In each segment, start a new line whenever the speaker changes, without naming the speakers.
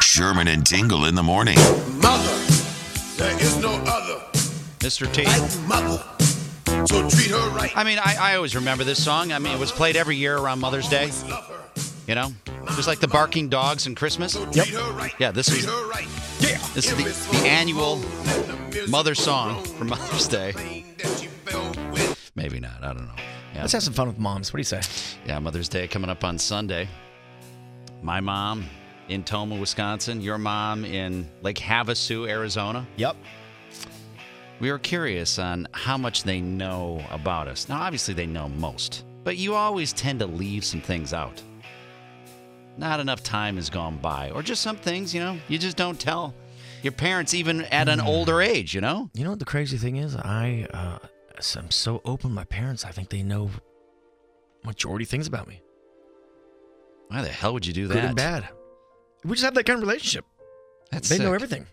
Sherman and Tingle in the morning.
Mother, there is no other
Mr. T.
like mother. So treat her right.
I mean, I, I always remember this song. I mean, it was played every year around Mother's Day,
Love her.
you know? Just like the barking dogs and Christmas.
Treat her right.
Yeah, this
treat
was-
her right.
This is the, the annual mother song for Mother's Day. Maybe not. I don't know. Yeah,
Let's have some fun with moms. What do you say?
yeah Mother's Day coming up on Sunday. My mom in Toma, Wisconsin. Your mom in Lake Havasu, Arizona.
Yep.
We were curious on how much they know about us. Now, obviously, they know most, but you always tend to leave some things out. Not enough time has gone by, or just some things, you know, you just don't tell your parents even at
Hmm.
an older age, you know?
You know what the crazy thing is? I uh, s- I'm so open. My parents, I think they know majority things about me,
Why the hell would you do that?
good and bad. We just have that kind of relationship.
That's
they know
sick.
everything.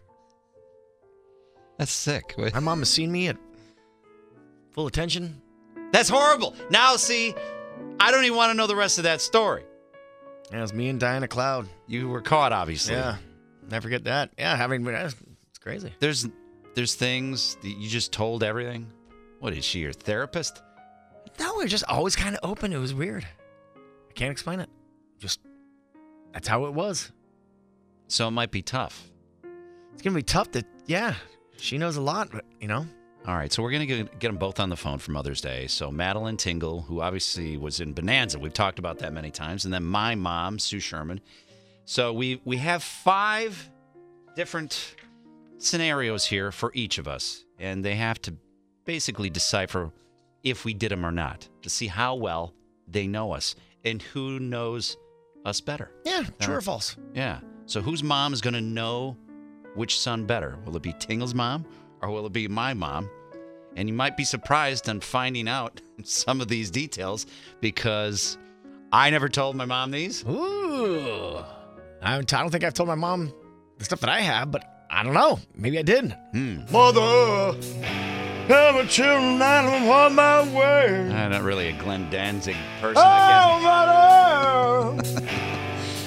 That's sick.
My mom has seen me at full attention.
That's horrible. Now, see, I don't even want to know the rest of that story.
Yeah, it was me and Diana Cloud.
You were caught, obviously.
Yeah, never forget that. Yeah, having it's crazy.
There's, there's things that you just told everything. What is she, your therapist?
No, we were just always kind of open. It was weird. I can't explain it. Just that's how it was.
So it might be tough.
It's gonna be tough. That yeah, she knows a lot, but you know,
All right, so we're going to get, get them both on the phone for Mother's Day. So Madeline Tingle, who obviously was in Bonanza, we've talked about that many times, and then my mom, Sue Sherman. So we we have five different scenarios here for each of us, and they have to basically decipher if we did them or not to see how well they know us and who knows us better.
yeah, true
Yeah.
or false.
Yeah. So whose mom is going to know which son better? Will it be Tingle's mom or will it be my mom? And you might be surprised on finding out some of these details because I never told my mom these.
Ooh. I don't, I don't think I've told my mom the stuff that I have, but I don't know. Maybe I did.
Hmm.
Mother, have a children I'm on my way.
I'm not really a Glenn Danzig person, I
Oh, mother.
guess.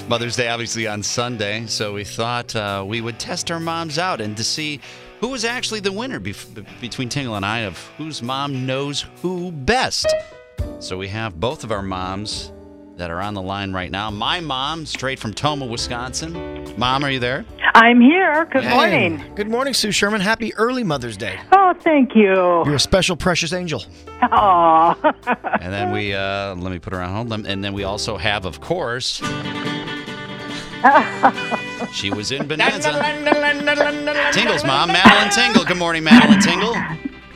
Mother's Day, obviously, on Sunday. So we thought uh, we would test our moms out and to see who was actually the winner bef- be- between Tingle and I of whose mom knows who best. So we have both of our moms that are on the line right now. My mom, straight from Toma, Wisconsin. Mom, are you there?
I'm here. Good
Hey.
morning.
Good morning, Sue Sherman. Happy early Mother's Day.
Oh, thank you.
You're a special, precious angel.
Aw.
And then we uh, let me put her on hold. Lem- And then we also have, of course, she was in Bonanza. Tingle's mom, Madeline Tingle. Good morning, Madeline Tingle.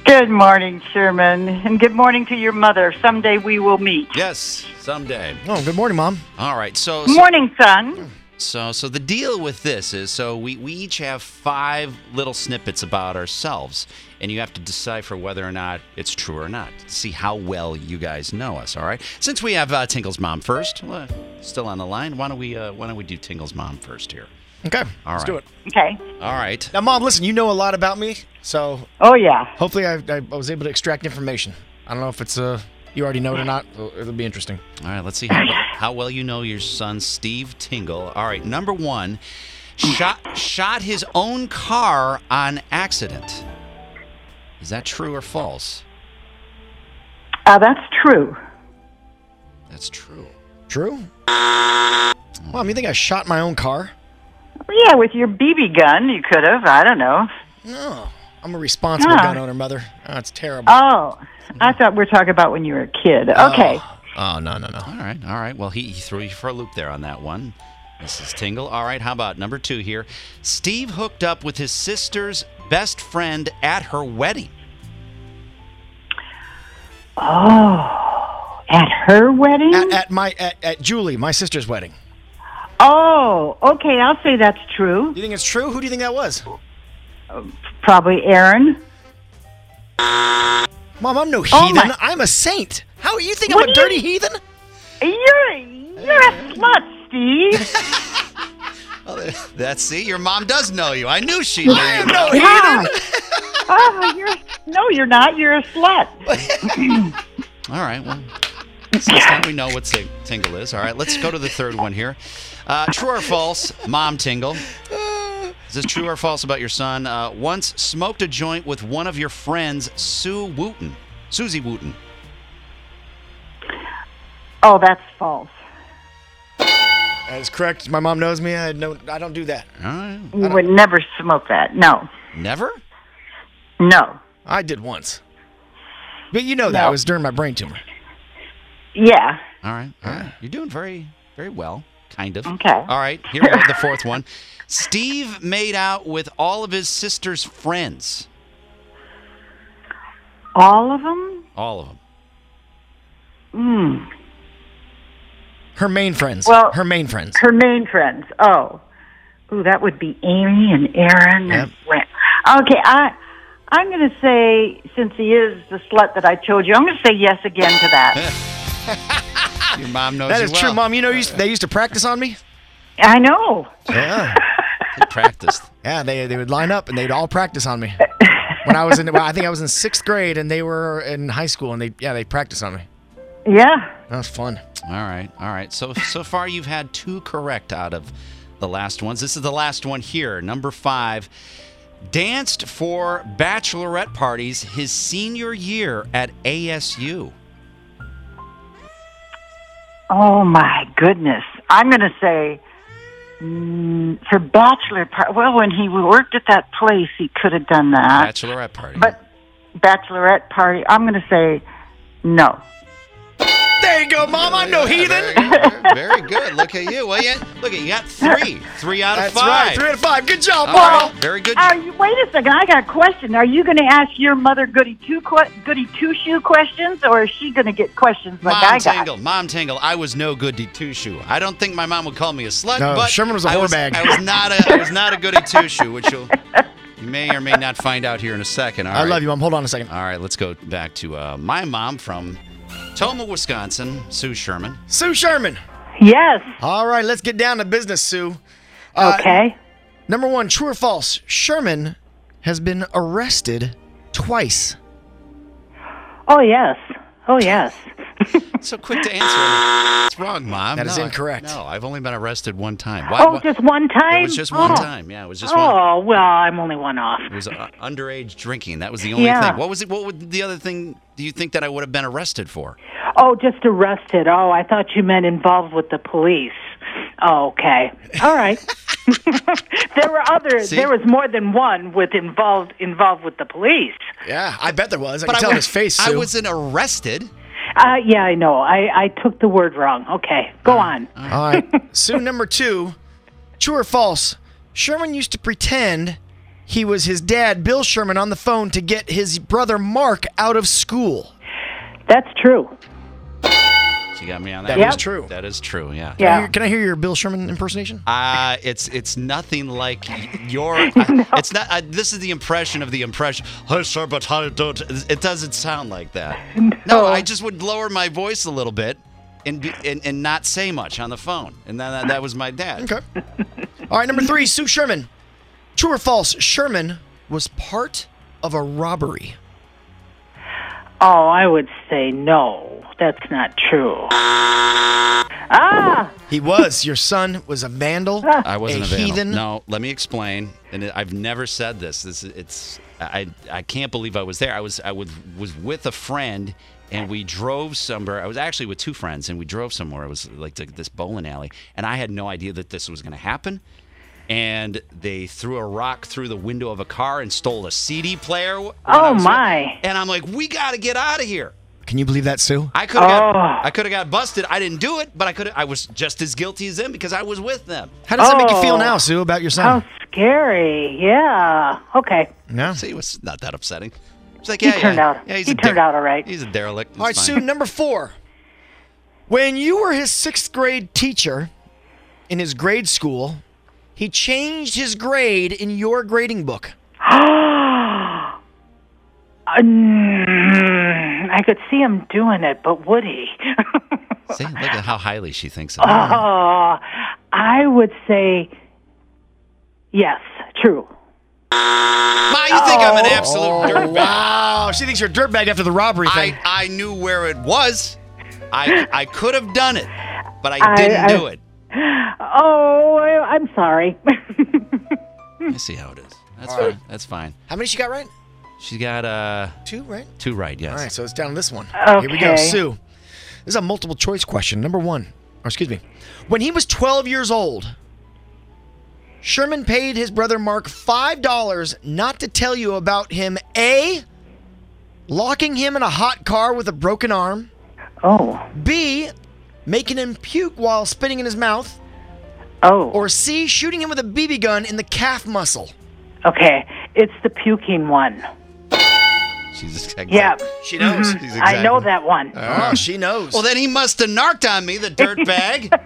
good morning, Sherman, and good morning to your mother. Someday we will meet.
Yes, someday.
Oh, good morning, Mom.
All right. So, so
Morning, son.
so so the deal with this is so we we each have five little snippets about ourselves, and you have to decipher whether or not it's true or not. See how well you guys know us. All right. Since we have uh, Tingle's mom first, well, still on the line. Why don't we uh, why don't we do Tingle's mom first here?
Okay,
All
let's
right.
do it.
Okay.
All right.
Now, Mom, listen, you know a lot about me, so
Oh, yeah.
hopefully I, I was able to extract information. I don't know if it's uh, you already know it or not. It'll be interesting.
All right, let's see how, how well you know your son, Steve Tingle. All right, number one, shot shot his own car on accident. Is that true or false?
Uh, that's true.
That's true.
True. Mom, you think I shot my own car?
Yeah, with your BB gun, you could have. I don't know.
No. I'm a responsible
Yeah.
gun owner, mother. Oh, it's terrible.
Oh, I thought we were talking about when you were a kid. Okay.
Oh, no, no, no.
All right, all right. Well, he, he threw you for a loop there on that one. Mrs. Tingle. All right, how about number two here? Steve hooked up with his sister's best friend at her wedding.
Oh, at her wedding? Oh,
At, at my at, at Julie, my sister's wedding.
Oh, okay. I'll say that's true.
You think it's true? Who do you think that was?
Probably Aaron.
Mom, I'm no
Oh,
heathen.
my-
I'm a saint. How you think
What
I'm a
do you-
dirty heathen?
You're you're a slut, Steve.
That's see, your mom does know you. I knew she knew. you.
No,
Yeah. oh, you're no, you're not. You're a slut.
All right. Well, since now we know what ting- tingle is. All right, let's go to the third one here. Uh, true or false, mom tingle? Is this true or false about your son? Uh, once smoked a joint with one of your friends, Sue Wooten, Susie Wooten.
Oh, that's false.
that is correct. My mom knows me. I no, I don't do that.
All right.
You would never smoke that. No,
Never.
no.
I did once, but you know that
No.
it was during my brain tumor.
Yeah.
All right. All right. You're doing very, very well. Kind of.
Okay.
All right. Here we go. The fourth one. Steve made out with all of his sister's friends.
All of them?
All of them.
Hmm.
Her main friends.
Well-
her main friends.
Her main friends. Oh. Ooh, that would be Amy and Aaron and Wen. Okay, I I'm going to say since he is the slut that I told you, I'm going to say yes again to that.
Your mom knows
that
you
is true,
well.
mom. You know, you used, they used to practice on me.
I know.
Yeah,
Good practice.
yeah. They they would line up and they'd all practice on me. When I was in, well, I think I was in sixth grade and they were in high school and they yeah they practiced on me.
Yeah.
That was fun.
All right, all right. So so far you've had two correct out of the last ones. This is the last one here, number five. Danced for bachelorette parties his senior year at ASU.
Oh my goodness! I'm going to say mm, for bachelor part. Well, when he worked at that place, he could have done that.
Bachelorette party.
But bachelorette party, I'm going to say no.
There you go, mom. I'm no heathen.
very good. Look at you. Well, yeah. Look at you. Got three. Three out of
That's
five.
right. Three out of five. Good job,
All
mom.
right. Very good.
Are you, wait a second, I got a question. Are you going to ask your mother goody two que- goody two shoe questions, or is she going to get questions like I
Mom
got?
Tangle, Mom Tangle, I was no good to two shoe. I don't think my mom would call me a slut,
No,
but
Sherman was a
I was,
whorebag.
I was not a I was not a goody two shoe, which you'll you may or may not find out here in a second.
I love you, mom. Hold on a second.
All right, let's go back to uh, my mom from Toma, Wisconsin, Sue Sherman.
Sue Sherman.
Yes.
All right, let's get down to business, Sue. Uh,
Okay.
Number one, true or false? Sherman has been arrested twice.
oh yes. Oh yes.
So quick to answer. It's wrong, mom.
That is
No, I-
incorrect.
no, I've only been arrested one time. Why,
Oh,
why-
just one time.
It was just one
Oh.
time. Yeah, it was just one.
Oh well, I'm only one off.
It was uh, underage drinking. That was the only
Yeah.
thing. What was it? What would the other thing? Do you think that I would have been arrested for?
Oh, just arrested. Oh, I thought you meant involved with the police. Oh, okay. All right. there were others.
See?
There was more than one with involved involved with the police.
Yeah, I bet there was. I
But
can tell
wa-
in his face,
I
Sue.
wasn't arrested.
Uh, yeah, I know. I, I took the word wrong. Okay, go on.
All right. Sue, number two, true or false? Sherman used to pretend he was his dad, Bill Sherman, on the phone to get his brother Mark out of school.
That's true.
She got me on that.
That
one.
is true.
That is true. Yeah.
Can I hear-
Yeah.
Can I hear your Bill Sherman impersonation?
Uh, it's it's nothing like your. It's not. Uh, this is the impression of the impression. Hey, sir, but how don't? It doesn't sound like that. No. I just would lower my voice a little bit, and be, and, and not say much on the phone. And then that, that was my dad.
Okay. All right, number three, Sue Sherman. True or false? Sherman was part of a robbery.
Oh, I would say no. That's not true. Ah,
He was. Your son was a vandal.
I wasn't
a
vandal.
heathen.
No, let me explain. And I've never said this. This is- it's I I can't believe I was there. I was I was was with a friend and we drove somewhere. I was actually with two friends and we drove somewhere. It was like to this bowling alley and I had no idea that this was going to happen. And they threw a rock through the window of a car and stole a CD player. when I was with-
Oh, my.
And I'm like, "We got to get out of here."
Can you believe that, Sue?
I could have
Oh.
got I could have got busted. I didn't do it, but I could I was just as guilty as them because I was with them.
How does that make you feel
Oh.
now, Sue, about your
how
son?
Oh, scary. Yeah. Okay.
No.
See, it was not that upsetting. It's like,
He
yeah,
turned
yeah.
out-
Yeah,
he
a
turned out all right.
He's a derelict. It's
All right,
fine.
Sue, number four. When you were his sixth grade teacher, in his grade school, he changed his grade in your grading book.
Uh, mm, I could see him doing it, but would he?
See, look at how highly she thinks of him.
oh, I would say yes, true.
Ma, you think I'm an
Oh,
absolute dirtbag.
Wow, Oh, she thinks you're a dirtbag after the robbery thing.
I, I knew where it was. I I could have done it, but I,
I-
didn't
I-
do it.
Oh, I- I'm sorry.
I see how it is. That's fine. That's fine.
How many she got right?
She got uh
Two, right?
two right. Yes.
All right, so it's down to this one. Here we go,
Okay.
Sue. This is a multiple choice question. Number one, or excuse me, when he was 12 years old, Sherman paid his brother Mark five dollars not to tell you about him. A, locking him in a hot car with a broken arm.
oh,
B, making him puke while spitting in his mouth.
oh,
Or C, shooting him with a BB gun in the calf muscle.
okay. It's the puking one.
She's exactly.
Yeah,
She knows.
She's
I know
exactly-
that one.
Oh, she knows.
Well, then he must have narked on me, the dirtbag.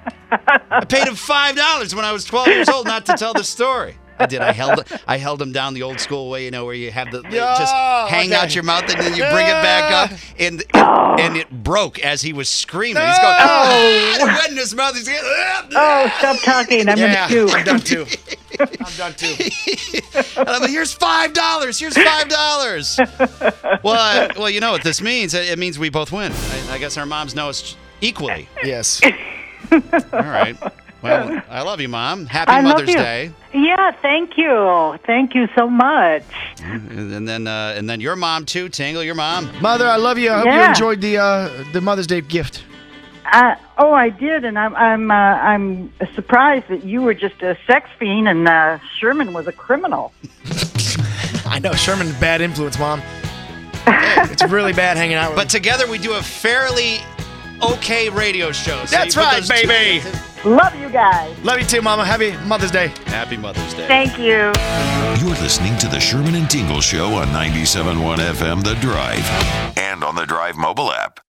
I paid him five dollars when I was twelve years old not to tell the story. I did. I held I held him down the old school way, you know, where you have the
Yeah,
just hang
okay. Oh.
out your mouth and then you bring it back up, and it, and it broke as he was screaming. He's going, ah, the wet in his mouth. He's going, "Ah."
Oh, stop talking. I'm
yeah,
going to
I'm
puke.
done too. I'm done too.
and I'm like, here's five dollars. Here's five dollars. well, uh, well, you know what this means? It it means we both win. I, I guess our moms know us equally.
Yes.
All right. Well, I love you, Mom. Happy
I love
Mother's
you.
Day.
Yeah, thank you. Thank you so much.
And and then uh, and then your mom too, Tangle, your mom.
Mother, I love you. I hope you
Yeah.
enjoyed the uh, the Mother's Day gift.
Uh, oh, I did, and I'm I'm uh, I'm surprised that you were just a sex fiend and uh, Sherman was a criminal.
I know Sherman's a bad influence, Mom. it's really bad hanging out with.
But together we do a fairly okay radio show. So
That's
you put
right,
those two-
baby.
Love you guys.
Love you too, Mama. Happy Mother's Day.
Happy Mother's Day.
Thank you.
You're listening to the Sherman and Tingle Show on 97.1 FM The Drive and on the Drive mobile app.